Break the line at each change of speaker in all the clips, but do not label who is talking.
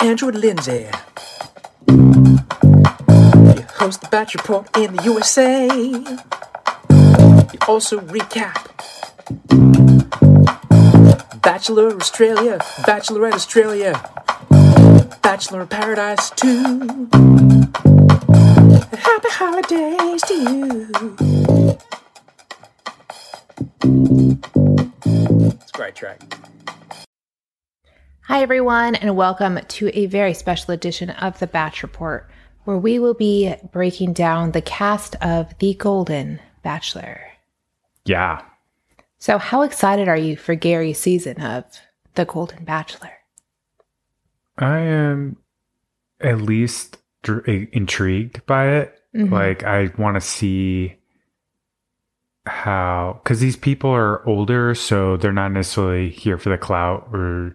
Andrew Lindsay. You host the Batch Report in the USA. You also recap Bachelor Australia, Bachelorette Australia, Bachelor in Paradise too. Happy holidays to you. It's a great track.
Hi, everyone, and welcome to a very special edition of The Batch Report, where we will be breaking down the cast of The Golden Bachelor.
Yeah.
So, how excited are you for Gary's season of The Golden Bachelor?
I am at least dr- i- intrigued by it.
Mhm.
Like, I want to see how, because these people are older, so they're not necessarily here for the clout or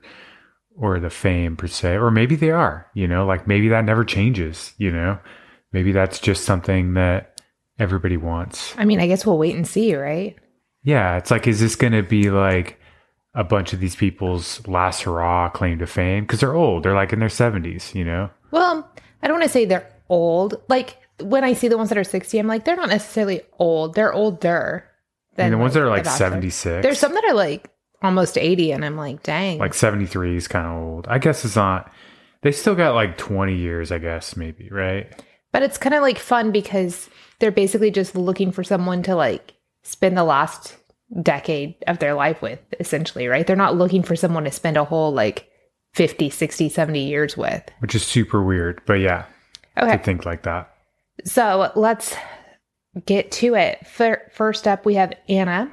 or the fame per se, or maybe they are. You know, like maybe that never changes. You know, maybe that's just something that everybody wants.
I mean, I guess we'll wait and see, right?
Yeah, it's like, is this going to be like a bunch of these people's last hurrah claim to fame? Because they're old, they're like in their 70s, you know?
Well, I don't want to say they're old. Like, when I see the ones that are 60, I'm like, they're not necessarily old. They're older
I
than
mean, the ones that are
The
like
Bachelor.
76,
There's some that are like almost 80, and I'm like, dang.
like 73 is kind of old. I guess it's not, they still got like 20 years, I guess, maybe, right?
But it's kind of like fun because they're basically just looking for someone to like spend the last decade of their life with, essentially, right? They're not looking for someone to spend a whole like 50, 60, 70 years with.
Which is super weird, but yeah,
Okay.
to think like that.
So let's get to it. Fir- First up, we have Anna.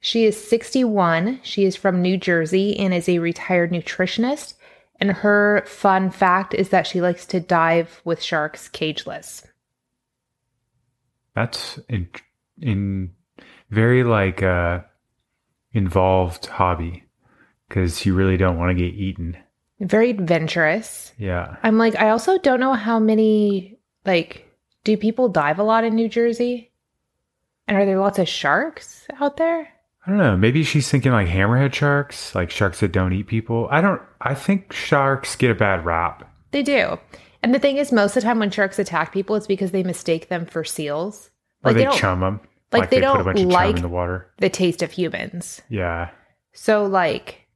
She is 61. She is from New Jersey and is a retired nutritionist. And her fun fact is that she likes to dive with sharks cageless.
That's in, in very like uh involved hobby because you really don't want to get eaten.
Very adventurous.
Yeah.
I'm like, I also don't know how many, like, do people dive a lot in New Jersey? And are there lots of sharks out there?
I don't know. Maybe she's thinking like hammerhead sharks, like sharks that don't eat people. I don't. I think sharks get a bad rap.
They do. And the thing is, most of the time when sharks attack people, it's because they mistake them for seals.
Or
Like,
they,
they don't
chum them.
like, they
put a
don't
bunch of
like-
chum in the water.
the taste of humans.
Yeah.
So, like,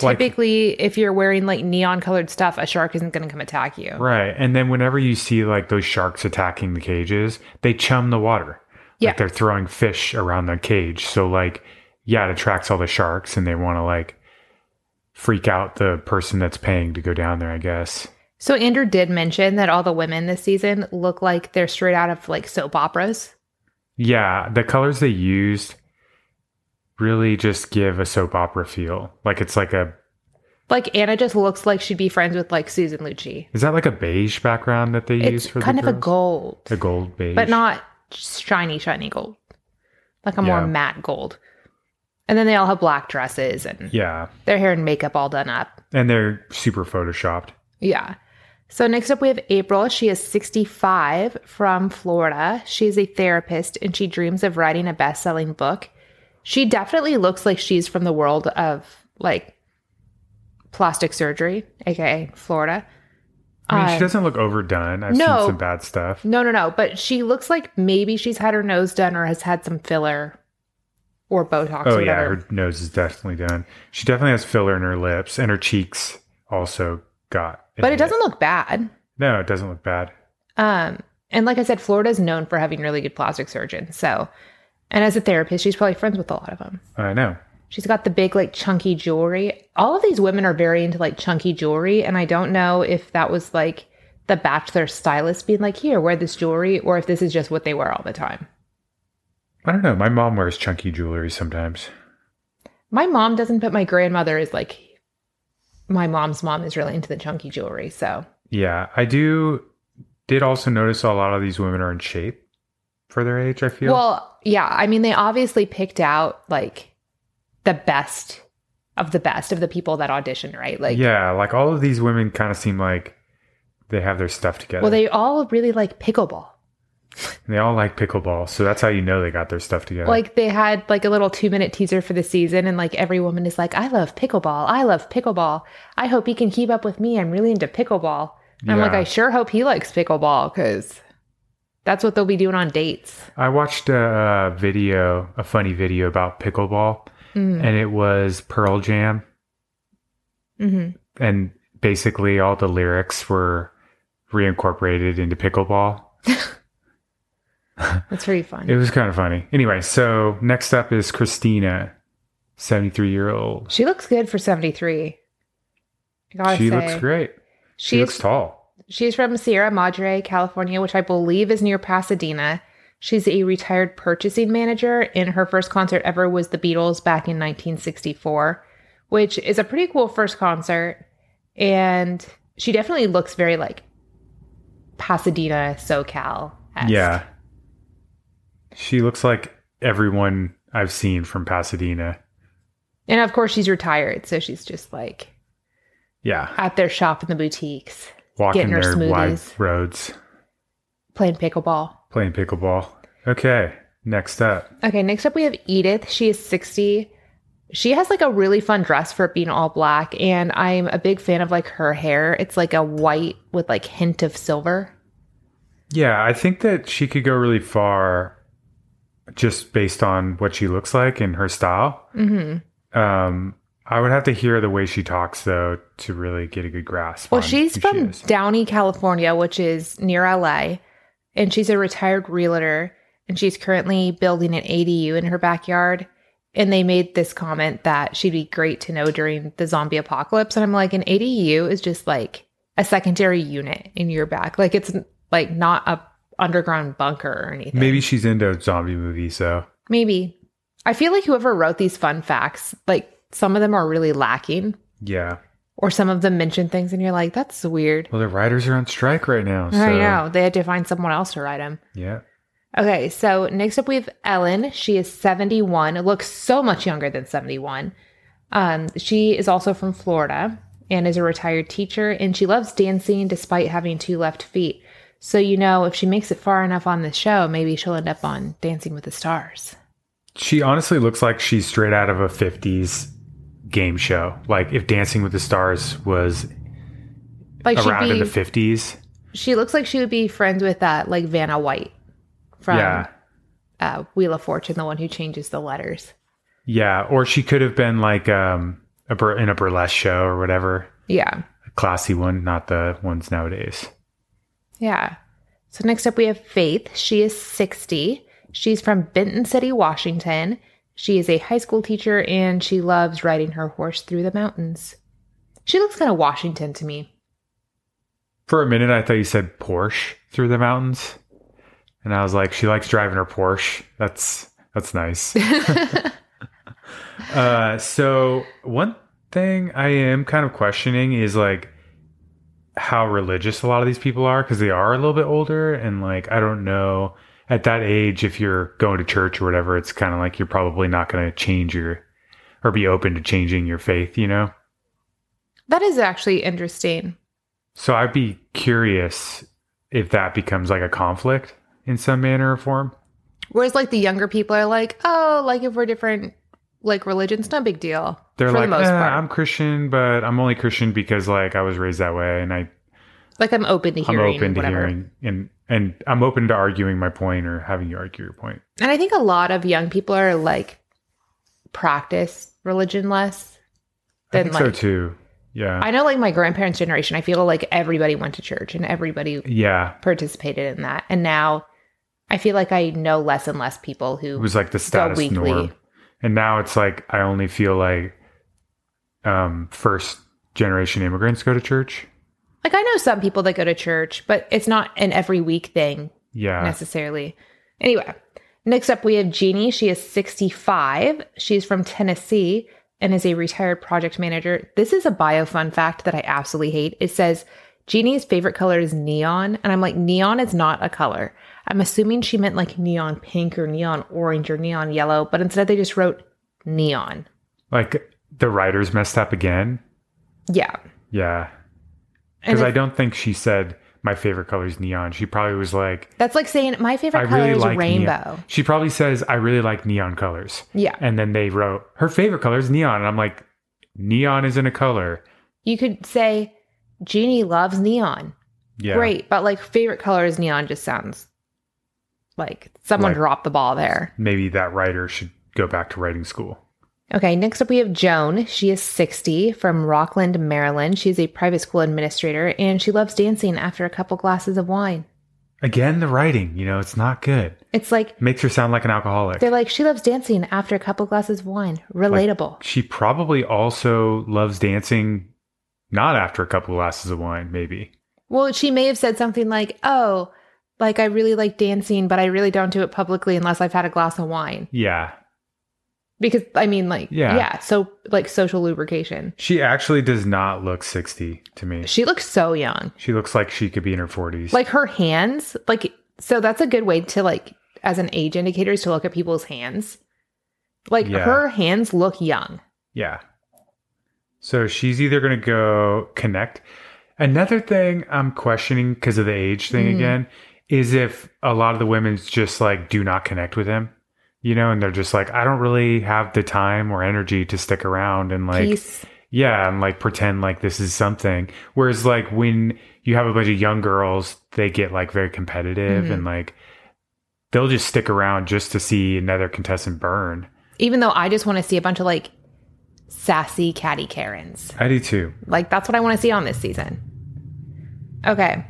Like-
typically, if you're wearing like neon colored stuff, a shark isn't going to come attack you.
Right. And then whenever you see like those sharks attacking the cages, they chum the water.
Yeah.
Like they're throwing fish around the cage. So like, yeah, it attracts all the sharks, and they want to like freak out the person that's paying to go down there. I guess.
So, Andrew did mention that all the women this season look like they're straight out of like soap operas.
Yeah, the colors they used really just give a soap opera feel. Like it's like a
Like, Anna just looks like she'd be friends with like Susan Lucci.
Is that like a beige background that they use
it's
for
kind
the
of a
girls?
gold,
A gold beige,
but not shiny, shiny gold, like a
Yeah.
more matte gold. And then they all have black dresses and
Yeah,
their hair and makeup all done up.
and they're super photoshopped.
Yeah. So next up, we have April. She is 65 from Florida. She is a therapist and she dreams of writing a best selling book. She definitely looks like she's from the world of like plastic surgery, aka Florida.
I mean, she
Um,
doesn't look overdone. I've
no.
seen some bad stuff.
No, no, no. But she looks like maybe she's had her nose done or has had some filler or Botox
Oh
or
yeah,
whatever.
her nose is definitely done. She definitely has filler in her lips, and her cheeks also got.
but it doesn't look bad.
No, it doesn't look bad.
Um, and like I said, Florida's known for having really good plastic surgeons. So, and as a therapist, she's probably friends with a lot of them.
I know.
She's got the big, like, chunky jewelry. All of these women are very into like chunky jewelry. And I don't know if that was like the bachelor stylist being like, here, wear this jewelry, or if this is just what they wear all the time.
I don't know. My mom wears chunky jewelry sometimes.
My mom doesn't, but my grandmother is like, my mom's mom is really into the chunky jewelry. So,
Yeah, I do. Did also notice a lot of these women are in shape for their age. I feel.
well, yeah. I mean, they obviously picked out like the best of the best of the people that auditioned, right? Like,
yeah, like all of these women kind of seem like they have their stuff together.
well, they all really like pickleball.
And they all like pickleball, so that's how you know they got their stuff together.
Like they had like a little two minute teaser for the season, and like every woman is like, "I love pickleball. I love pickleball. I hope he can keep up with me. I'm really into pickleball." And I'm like,
Yeah.
I sure hope he likes pickleball because that's what they'll be doing on dates.
I watched a video, a funny video about pickleball,
Mm.
and it was Pearl Jam,
hmm
and basically all the lyrics were reincorporated into pickleball.
That's pretty fun.
It was kind of funny. Anyway, so next up is Christina, 73 year old.
she looks good for 73. I gotta
She
say.
looks great. She
She's-
looks tall.
She's from Sierra Madre, California, which I believe is near Pasadena. She's a retired purchasing manager, and her first concert ever was the Beatles back in 1964, which is a pretty cool first concert. And she definitely looks very like Pasadena, SoCal.
Yeah. She looks like everyone I've seen from Pasadena.
And of course, she's retired, so she's just like
Yeah.
at their shop in the boutiques
Walking
Getting her
their wide
smoothies.
roads,
playing pickleball.
playing pickleball. Okay. Next up.
Okay, next up we have Edith. She is 60. She has like a really fun dress for it being all black, and I'm a big fan of like her hair. It's like a white with like hint of silver.
Yeah. I think that she could go really far just based on what she looks like and her style.
Mm-hmm.
Um, I would have to hear the way she talks though to really get a good grasp.
Well,
on
she's
who
from
She is.
Downey, California, which is near LA, and she's a retired realtor, and she's currently building an ADU in her backyard. And they made this comment that she'd be great to know during the zombie apocalypse. And I'm like, an ADU is just like a secondary unit in your back. Like it's like not a underground bunker or anything.
Maybe she's into zombie movies though.
Maybe. I feel like whoever wrote these fun facts, like some of them are really lacking,
Yeah.
or some of them mention things and you're like, that's weird.
Well, the writers are on strike right now. So,
I know. They had to find someone else to write them.
Yeah.
Okay, so next up we have Ellen. She is 71, looks so much younger than 71. Um, she is also from Florida and is a retired teacher, and she loves dancing despite having two left feet. So, you know, if she makes it far enough on the show, maybe she'll end up on Dancing with the Stars.
She honestly looks like she's straight out of a 50s game show. Like if Dancing with the Stars was
Like she'd
around
be,
in the 50s.
she looks like she would be friends with that, like Vanna White from
Yeah.
uh, Wheel of Fortune, the one who changes the letters.
Yeah. Or she could have been like um, a bur- in a burlesque show or whatever.
Yeah.
A classy one, not the ones nowadays.
Yeah. So next up, we have Faith. She is 60. She's from Benton City, Washington. She is a high school teacher and she loves riding her horse through the mountains. She looks kind of Washington to me.
For a minute, I thought you said Porsche through the mountains. And I was like, she likes driving her Porsche. That's that's nice. Uh, so one thing I am kind of questioning is like how religious a lot of these people are because they are a little bit older and like I don't know at that age if you're going to church or whatever, it's kind of like you're probably not going to change your or be open to changing your faith, you know.
that is actually interesting.
So I'd be curious if that becomes like a conflict in some manner or form.
Whereas, like, the younger people are like, oh, like, if we're different, like, religions, no big deal.
They're
for
like,
the most
"Eh,
part.
I'm Christian, but I'm only Christian because like I was raised that way and I
like, I'm open to hearing.
I'm open to
whatever.
hearing and and I'm open to arguing my point or having you argue your point.
And I think a lot of young people are like, practice religion less
I
than
think
like
so too. Yeah.
I know, like my grandparents' generation, I feel like everybody went to church and everybody
yeah.
participated in that. And now I feel like I know less and less people
It
who.
was like the status
weekly.
norm. And now it's like I only feel like um first generation immigrants go to church.
like, I know some people that go to church, but it's not an every week thing
Yeah.
necessarily. Anyway, next up we have Jeannie. She is 65. She's from Tennessee and is a retired project manager. This is a bio fun fact that I absolutely hate. It says Jeannie's favorite color is neon. And I'm like, neon is not a color. I'm assuming she meant like neon pink or neon orange or neon yellow, but instead they just wrote neon.
Like the writers messed up again.
Yeah.
Yeah.
And
Because I
if-
don't think she said my favorite color is neon. She probably was like,
That's like saying my favorite
I
color
really
is
like
rainbow.
Neon. She probably says, I really like neon colors.
Yeah.
And then they wrote, her favorite color is neon. And I'm like, neon isn't a color.
You could say Jeannie loves neon.
Yeah.
Great, but like favorite color is neon just sounds like someone
Like-
dropped the ball there.
Maybe that writer should go back to writing school.
Okay, next up we have Joan. She is 60 from Rockland, Maryland. She's a private school administrator and she loves dancing after a couple glasses of wine.
Again, the writing, you know, it's not good.
It's like
Makes her sound like an alcoholic.
they're like she loves dancing after a couple glasses of wine. Relatable.
she probably also loves dancing not after a couple glasses of wine, maybe.
Well, she may have said something like, "Oh, like I really like dancing, but I really don't do it publicly unless I've had a glass of wine."
Yeah.
Because I mean, like,
Yeah.
yeah, so like social lubrication.
She actually does not look 60 to me.
She looks so young.
She looks like she could be in her 40s.
Like her hands, like so that's a good way to like as an age indicator is to look at people's hands. Like
Yeah.
her hands look young.
Yeah. So she's either going to go connect. Another thing I'm questioning because of the age thing
Mm.
again is if a lot of the women's just like do not connect with him, you know, and they're just like, I don't really have the time or energy to stick around and like,
Peace.
yeah, and like pretend like this is something. Whereas like when you have a bunch of young girls, they get like very competitive
Mhm.
and like they'll just stick around just to see another contestant burn.
Even though I just want to see a bunch of like sassy catty Karens.
I do too.
Like that's what I want to see on this season. Okay.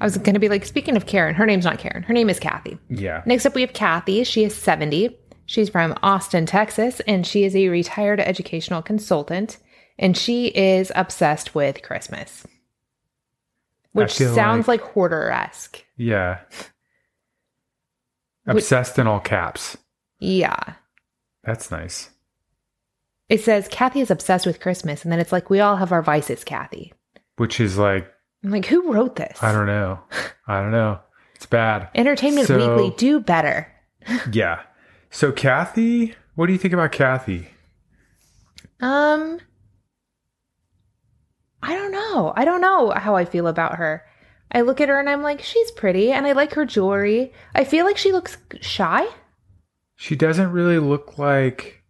I was going to be like speaking of Karen, her name's not Karen. Her name is Kathy.
Yeah.
Next up we have Kathy. She is 70. She's from Austin, Texas, and she is a retired educational consultant and she is obsessed with Christmas. Which
feel
sounds like, hoarder-esque.
Yeah.
Wait.
Obsessed in all caps.
Yeah.
That's nice.
It says Kathy is obsessed with Christmas and then it's like we all have our vices, Kathy.
Which is like,
I'm like who wrote this?
I don't know. I don't know. It's bad.
Entertainment
So-
Weekly do better.
Yeah. So Kathy, what do you think about Kathy?
Um, I don't know. I don't know how I feel about her. I look at her and I'm like, she's pretty, and I like her jewelry. I feel like she looks shy.
She doesn't really look like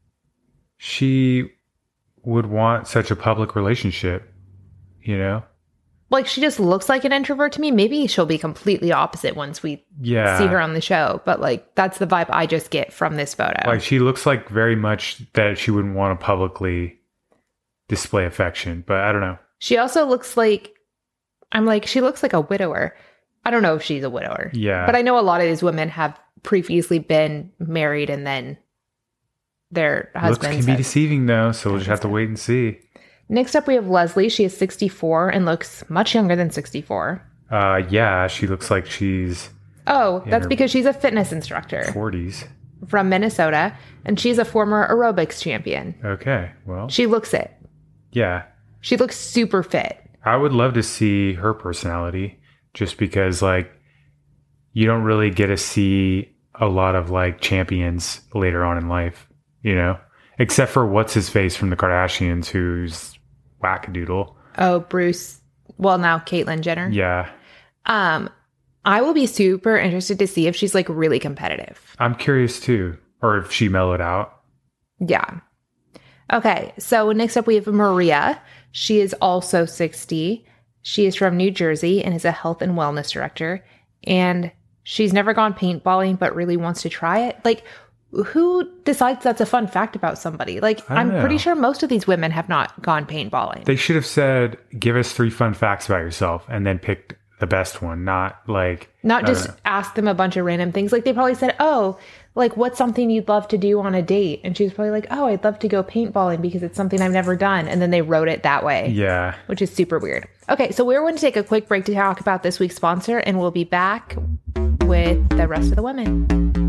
she would want such a public relationship, you know?
Like she just looks like an introvert to me. Maybe she'll be completely opposite once we
Yeah.
see her on the show. But like, that's the vibe I just get from this photo.
Like she looks like very much that she wouldn't want to publicly display affection, but I don't know.
she also looks like I'm like she looks like a widower. I don't know if she's a widower.
Yeah.
But I know a lot of these women have previously been married and then their
Looks can
husbands.
be
have-
deceiving though, so we'll just have to wait and see.
Next up, we have Leslie. She is 64 and looks much younger than 64.
Uh, yeah, she looks like she's
Oh,
Yeah,
that's
her-
because she's a fitness instructor
40s.
from Minnesota and she's a former aerobics champion.
Okay, well,
She looks it.
yeah,
She looks super fit.
I would love to see her personality just because, like, you don't really get to see a lot of like champions later on in life, you know, except for what's his face from the Kardashians who's wackadoodle.
Oh, Bruce. Well, now Caitlyn Jenner.
Yeah,
Um, I will be super interested to see if she's like really competitive.
I'm curious too, or if she mellowed out.
Yeah. Okay. So next up, we have Maria. She is also 60. She is from New Jersey and is a health and wellness director. And she's never gone paintballing, but really wants to try it. Like, who decides that's a fun fact about somebody? Like,
I
I'm
don't know.
pretty sure most of these women have not gone paintballing.
They should have said, "Give us three fun facts about yourself," and then picked the best one, not like
Not
I don't
just
know.
ask them a bunch of random things. Like they probably said, "Oh, like what's something you'd love to do on a date?" And she was probably like, "Oh, I'd love to go paintballing because it's something I've never done." And then they wrote it that way,
yeah.
which is super weird. Okay, so we're going to take a quick break to talk about this week's sponsor, and we'll be back with the rest of the women.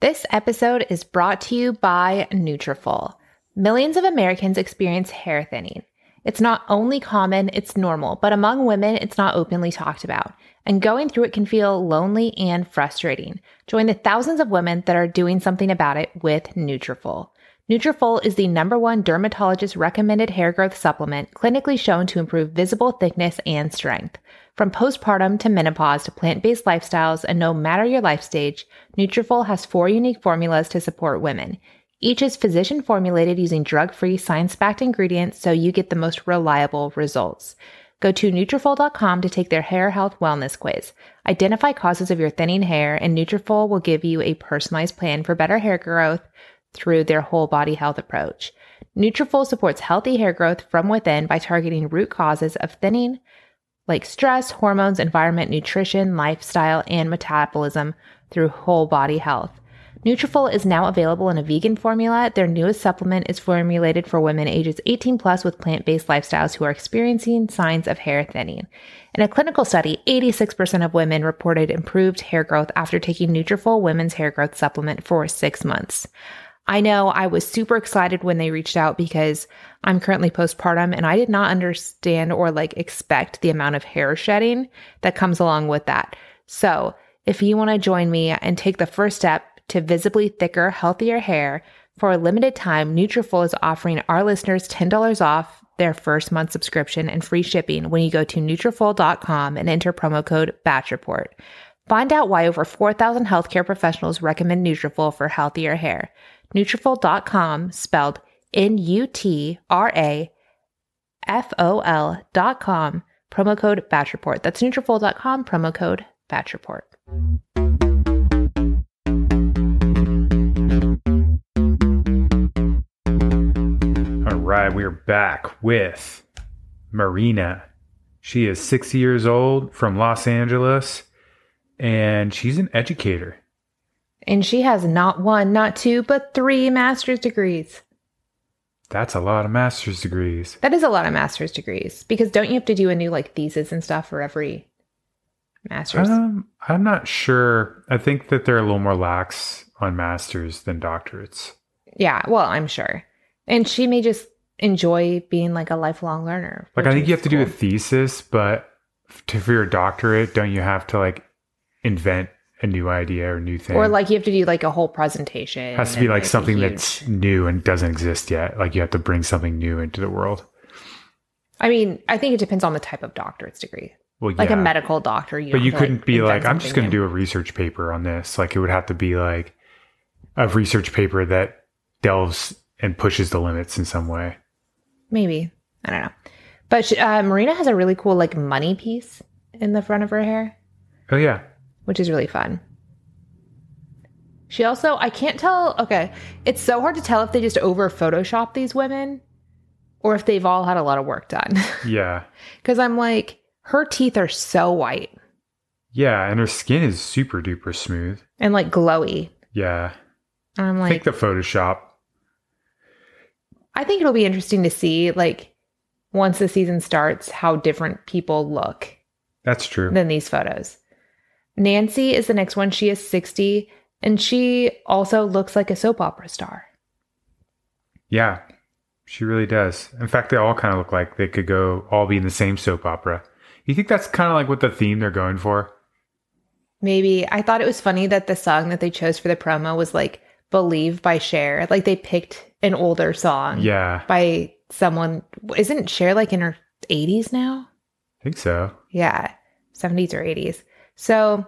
This episode is brought to you by Nutrafol. Millions of Americans experience hair thinning. It's not only common, it's normal, but among women, it's not openly talked about. And going through it can feel lonely and frustrating. Join the thousands of women that are doing something about it with Nutrafol. Nutrafol is the number one dermatologist recommended hair growth supplement clinically shown to improve visible thickness and strength. From postpartum to menopause to plant-based lifestyles and no matter your life stage, Nutrafol has four unique formulas to support women. Each is physician formulated using drug-free, science-backed ingredients so you get the most reliable results. Go to Nutrafol.com to take their hair health wellness quiz. Identify causes of your thinning hair and Nutrafol will give you a personalized plan for better hair growth through their whole body health approach. Nutrafol supports healthy hair growth from within by targeting root causes of thinning like stress, hormones, environment, nutrition, lifestyle, and metabolism through whole body health. Nutrafol is now available in a vegan formula. Their newest supplement is formulated for women ages 18 plus with plant-based lifestyles who are experiencing signs of hair thinning. In a clinical study, 86% of women reported improved hair growth after taking Nutrafol women's hair growth supplement for 6 months. I know I was super excited when they reached out because I'm currently postpartum and I did not understand or like expect the amount of hair shedding that comes along with that. So, if you want to join me and take the first step to visibly thicker, healthier hair, for a limited time, Nutrafol is offering our listeners $10 off their first month subscription and free shipping when you go to Nutrafol.com and enter promo code Batch Report. Find out why over 4,000 healthcare professionals recommend Nutrafol for healthier hair. Nutrafol.com, spelled N-U-T-R-A-F-O-L dot com, promo code Batch Report. That's Nutrafol.com, promo code Batch Report.
All right, we're back with Marina. She is 60 years old from Los Angeles and she's an educator.
And she has not one, not two, but three master's degrees.
That's a lot of master's degrees.
That is a lot of master's degrees because don't you have to do a new like thesis and stuff for every master's?
Um, I'm not sure. I think that they're a little more lax on masters than doctorates.
yeah, well, I'm sure. And she may just enjoy being like a lifelong learner.
Like, I think you have to do a thesis, but f- to for your doctorate, don't you have to like invent a new idea or new thing?
or like you have to do like a whole presentation.
it has to
and,
be like
a
something
huge-
that's new and doesn't exist yet. Like you have to bring something new into the world.
I mean, I think it depends on the type of doctorate's degree.
Well,
Like
yeah.
a medical doctor, you
but
don't
you
have to,
couldn't be
invent
like, I'm just
something
going to do a research paper on this. Like it would have to be like a research paper that delves and pushes the limits in some way.
Maybe. I don't know. But she, uh, Marina has a really cool like money piece in the front of her hair,
Oh yeah,
which is really fun. She also, I can't tell. Okay. It's so hard to tell if they just over Photoshop these women or if they've all had a lot of work done.
yeah,
Cause I'm like, her teeth are so white
yeah. And her skin is super duper smooth.
and like glowy.
Yeah,
And I'm
I
like,
think the Photoshop.
I think it'll be interesting to see like once the season starts how different people look
That's true.
than these photos. Nancy is the next one. She is 60 and she also looks like a soap opera star.
Yeah, she really does. In fact, they all kind of look like they could go all be in the same soap opera. You think that's kind of like what the theme they're going for?
Maybe I thought it was funny that the song that they chose for the promo was like Believe by Cher. Like they picked an older song
Yeah,
by someone. Isn't Cher like in her 80s now?
I think so.
Yeah, 70s or 80s. So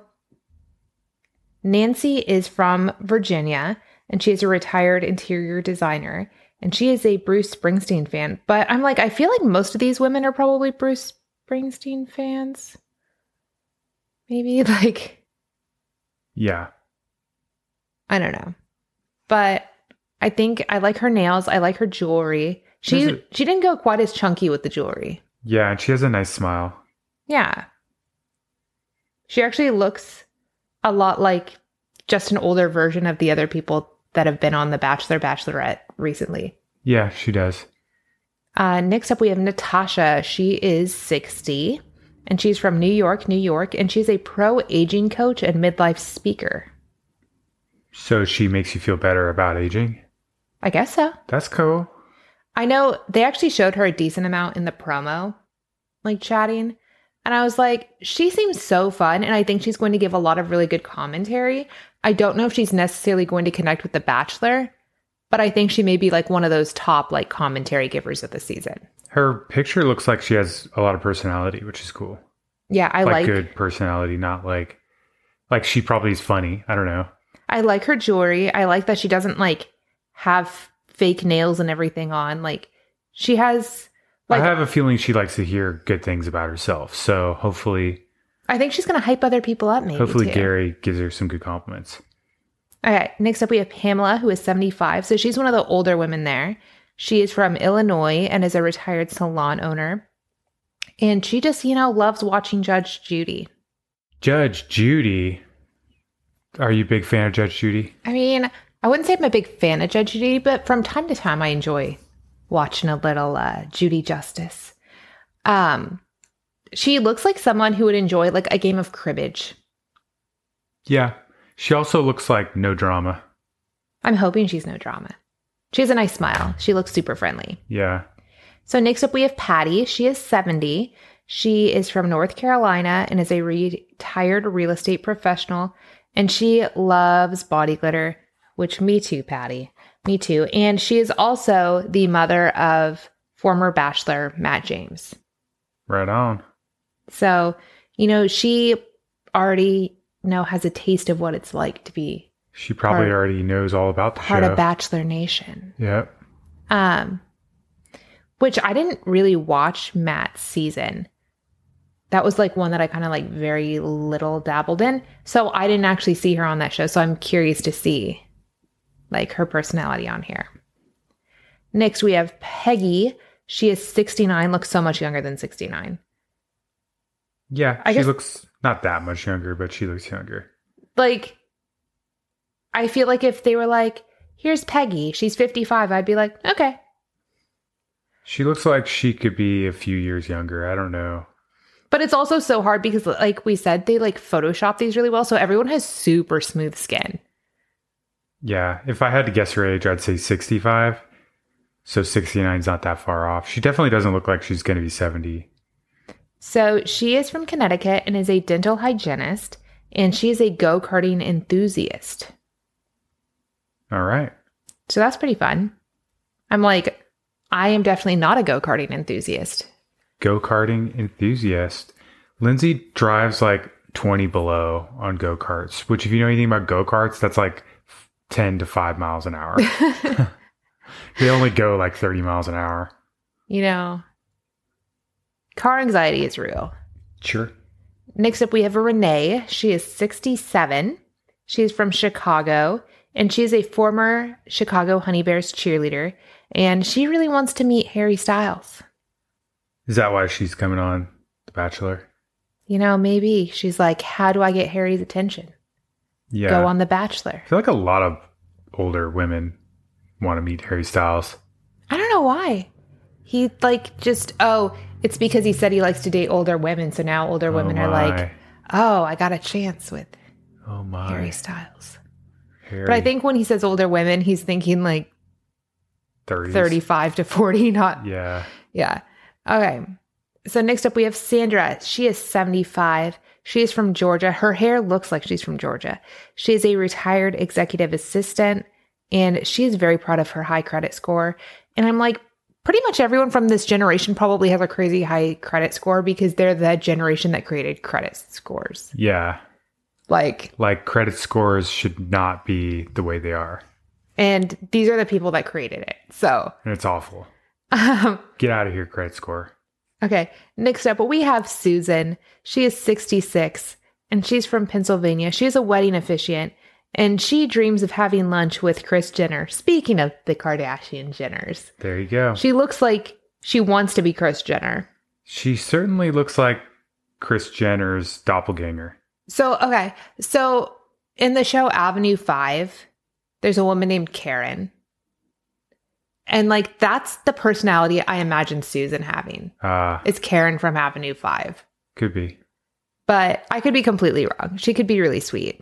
Nancy is from Virginia and she is a retired interior designer and she is a Bruce Springsteen fan. But I'm like, I feel like most of these women are probably Bruce Springsteen fans. Maybe like,
Yeah,
I don't know. But I think I like her nails. I like her jewelry. She
There's a-
she didn't go quite as chunky with the jewelry.
yeah, and she has a nice smile.
Yeah. She actually looks a lot like just an older version of the other people that have been on The Bachelor Bachelorette recently.
Yeah, she does.
Uh, next up, we have Natasha. She is 60 and she's from New York, New York, and she's a pro aging coach and midlife speaker.
So she makes you feel better about aging.
I guess so.
That's cool.
I know they actually showed her a decent amount in the promo, like chatting. And I was like, she seems so fun. And I think she's going to give a lot of really good commentary. I don't know if she's necessarily going to connect with The Bachelor, but I think she may be like one of those top like commentary givers of the season.
Her picture looks like she has a lot of personality, which is cool.
Yeah, I like,
good personality, not like like she probably is funny. I don't know.
I like her jewelry. I like that she doesn't like have fake nails and everything on. Like she has like
I
I,
have a feeling she likes to hear good things about herself. So hopefully,
think she's gonna hype other people up maybe.
hopefully
too.
Gary gives her some good compliments.
Okay, next up we have Pamela, who is 75. So she's one of the older women there. She is from Illinois and is a retired salon owner. And she just, you know, loves watching Judge Judy.
Judge Judy, are you a big fan of Judge Judy?
I mean, I wouldn't say I'm a big fan of Judge Judy, but from time to time I enjoy watching a little uh, Judy Justice. Um, she looks like someone who would enjoy like a game of cribbage.
Yeah. She also looks like no drama.
I'm hoping she's no drama. She has a nice smile. She looks super friendly.
Yeah.
So next up we have Patty. She is 70. She is from North Carolina and is a retired real estate professional and she loves body glitter, which me too, Patty. Me too. And she is also the mother of former bachelor Matt James.
Right on.
So, you know, she already you know has a taste of what it's like to be
She probably
Part-
already knows all about the
part
show.
of Bachelor Nation.
yep.
Um, which I didn't really watch Matt's season. That was like one that I kind of like very little dabbled in. So I didn't actually see her on that show. So I'm curious to see like her personality on here. Next, we have Peggy. She is 69, looks so much younger than 69.
Yeah.
I
she
guess-
looks not that much younger, but she looks younger.
Like, I feel like if they were like, here's Peggy, she's 55, I'd be like, okay.
She looks like she could be a few years younger. I don't know.
But it's also so hard because, like we said, they like Photoshop these really well. So everyone has super smooth skin.
Yeah. If I had to guess her age, I'd say 65. So 69's not that far off. She definitely doesn't look like she's going to be 70.
So she is from Connecticut and is a dental hygienist, and she is a go karting enthusiast.
All right.
So that's pretty fun. I'm like, I am definitely not a go karting enthusiast.
Go karting enthusiast. Lindsay drives like 20 below on go karts, which, if you know anything about go karts, that's like 10 to 5 miles an hour. they only go like 30 miles an hour.
You know, car anxiety is real.
Sure.
Next up, we have Renee. She is 67. She's from Chicago and she's a former Chicago Honey Bears cheerleader. And she really wants to meet Harry Styles.
Is that why she's coming on The Bachelor?
You know, maybe she's like, How do I get Harry's attention?
Yeah.
Go on The Bachelor.
I feel like a lot of older women want to meet Harry Styles.
I don't know why. He like just, oh, it's because he said he likes to date older women. So now older women
oh
are like,
my.
Oh, I got a chance with
oh my.
Harry Styles.
Harry,
But I think when he says older women, he's thinking like
30s.
35 to 40, not
Yeah.
Yeah. Okay. So next up, we have Sandra. She is 75. She is from Georgia. Her hair looks like she's from Georgia. She is a retired executive assistant and she is very proud of her high credit score. And I'm like, pretty much everyone from this generation probably has a crazy high credit score because they're the generation that created credit scores.
Yeah.
Like,
Like credit scores should not be the way they are.
and these are the people that created it. So,
And it's awful.
um,
Get out of here, credit score.
Okay, next up, we have Susan. She is 66 and she's from Pennsylvania. She is a wedding officiant and she dreams of having lunch with Chris Jenner. Speaking of the Kardashian Jenners,
There you go.
she looks like she wants to be Chris Jenner.
She certainly looks like Chris Jenner's doppelganger.
So, okay, so in the show Avenue 5, there's a woman named Karen. And like, that's the personality I imagine Susan having.
Uh,
It's Karen from Avenue 5.
could be.
but I could be completely wrong. She could be really sweet.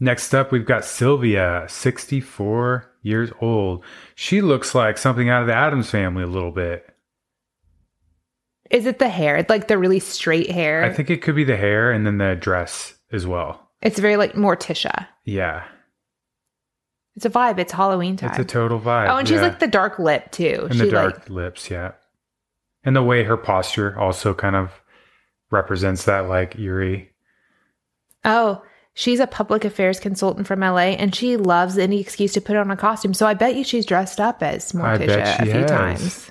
Next up, we've got Sylvia, 64 years old. She looks like something out of the Adams family a little bit.
Is it the hair? It's like the really straight hair.
I think it could be the hair and then the dress as well.
it's very like Morticia.
Yeah.
It's a vibe. It's Halloween time.
It's a total vibe.
oh, and she's
yeah.
like the dark lip too.
and
she
the dark
like
lips, yeah. And the way her posture also kind of represents that like eerie.
oh, she's a public affairs consultant from LA, and she loves any excuse to put on a costume. So I bet you she's dressed up as
I
Morticia
bet
a
she
few
has.
times.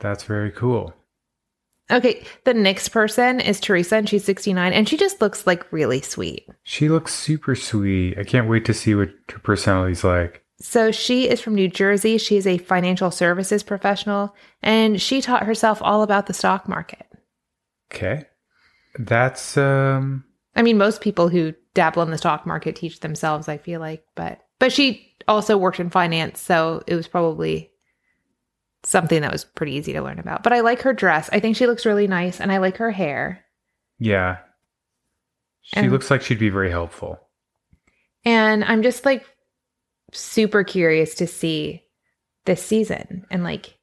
That's very cool.
Okay, the next person is Teresa, and she's 69, and she just looks like really sweet.
She looks super sweet. I can't wait to see what her personality's like.
So she is from New Jersey. She is a financial services professional, and she taught herself all about the stock market.
Okay. That's um
I mean, most people who dabble in the stock market teach themselves, I feel like, but but she also worked in finance, so it was probably something that was pretty easy to learn about. But I like her dress. I think she looks really nice and I like her hair.
yeah. She
And-
looks like she'd be very helpful.
And I'm just like super curious to see this season and like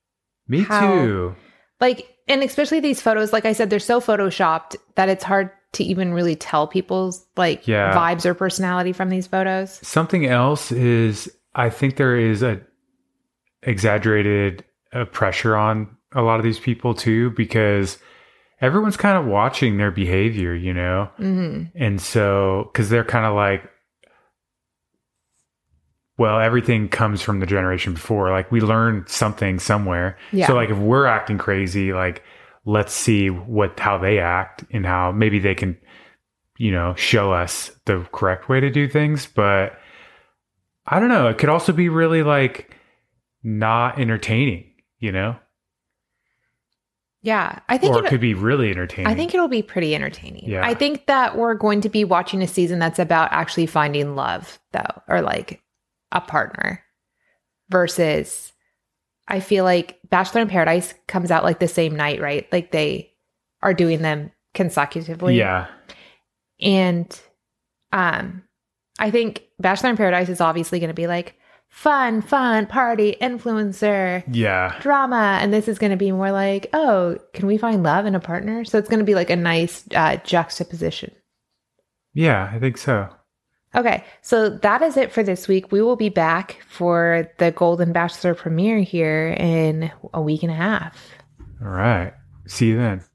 Me
How-
too.
like and especially these photos like i said they're so photoshopped that it's hard to even really tell people's like
Yeah.
vibes or personality from these photos
Something else is I think there is a exaggerated uh, pressure on a lot of these people too because everyone's kind of watching their behavior, you know.
hmm
And so cuz they're kind of like well, everything comes from the generation before. Like we learned something somewhere.
yeah
So like if we're acting crazy, like let's see what how they act and how maybe they can, you know, show us the correct way to do things. But I don't know. It could also be really like not entertaining, you know,
yeah i think
or it
it,
could be really entertaining.
i think it'll be pretty entertaining
Yeah.
i think that we're going to be watching a season that's about actually finding love though or like a partner versus i feel like bachelor in paradise comes out like the same night right like they are doing them consecutively
yeah,
And um I think Bachelor in Paradise is obviously going to be like fun, fun, party, influencer,
yeah,
drama, and this is going to be more like, oh, can we find love in a partner? So it's going to be like a nice uh, juxtaposition.
yeah. I think so.
Okay, so that is it for this week. We will be back for the Golden Bachelor premiere here in a week and a half.
All right. See you then.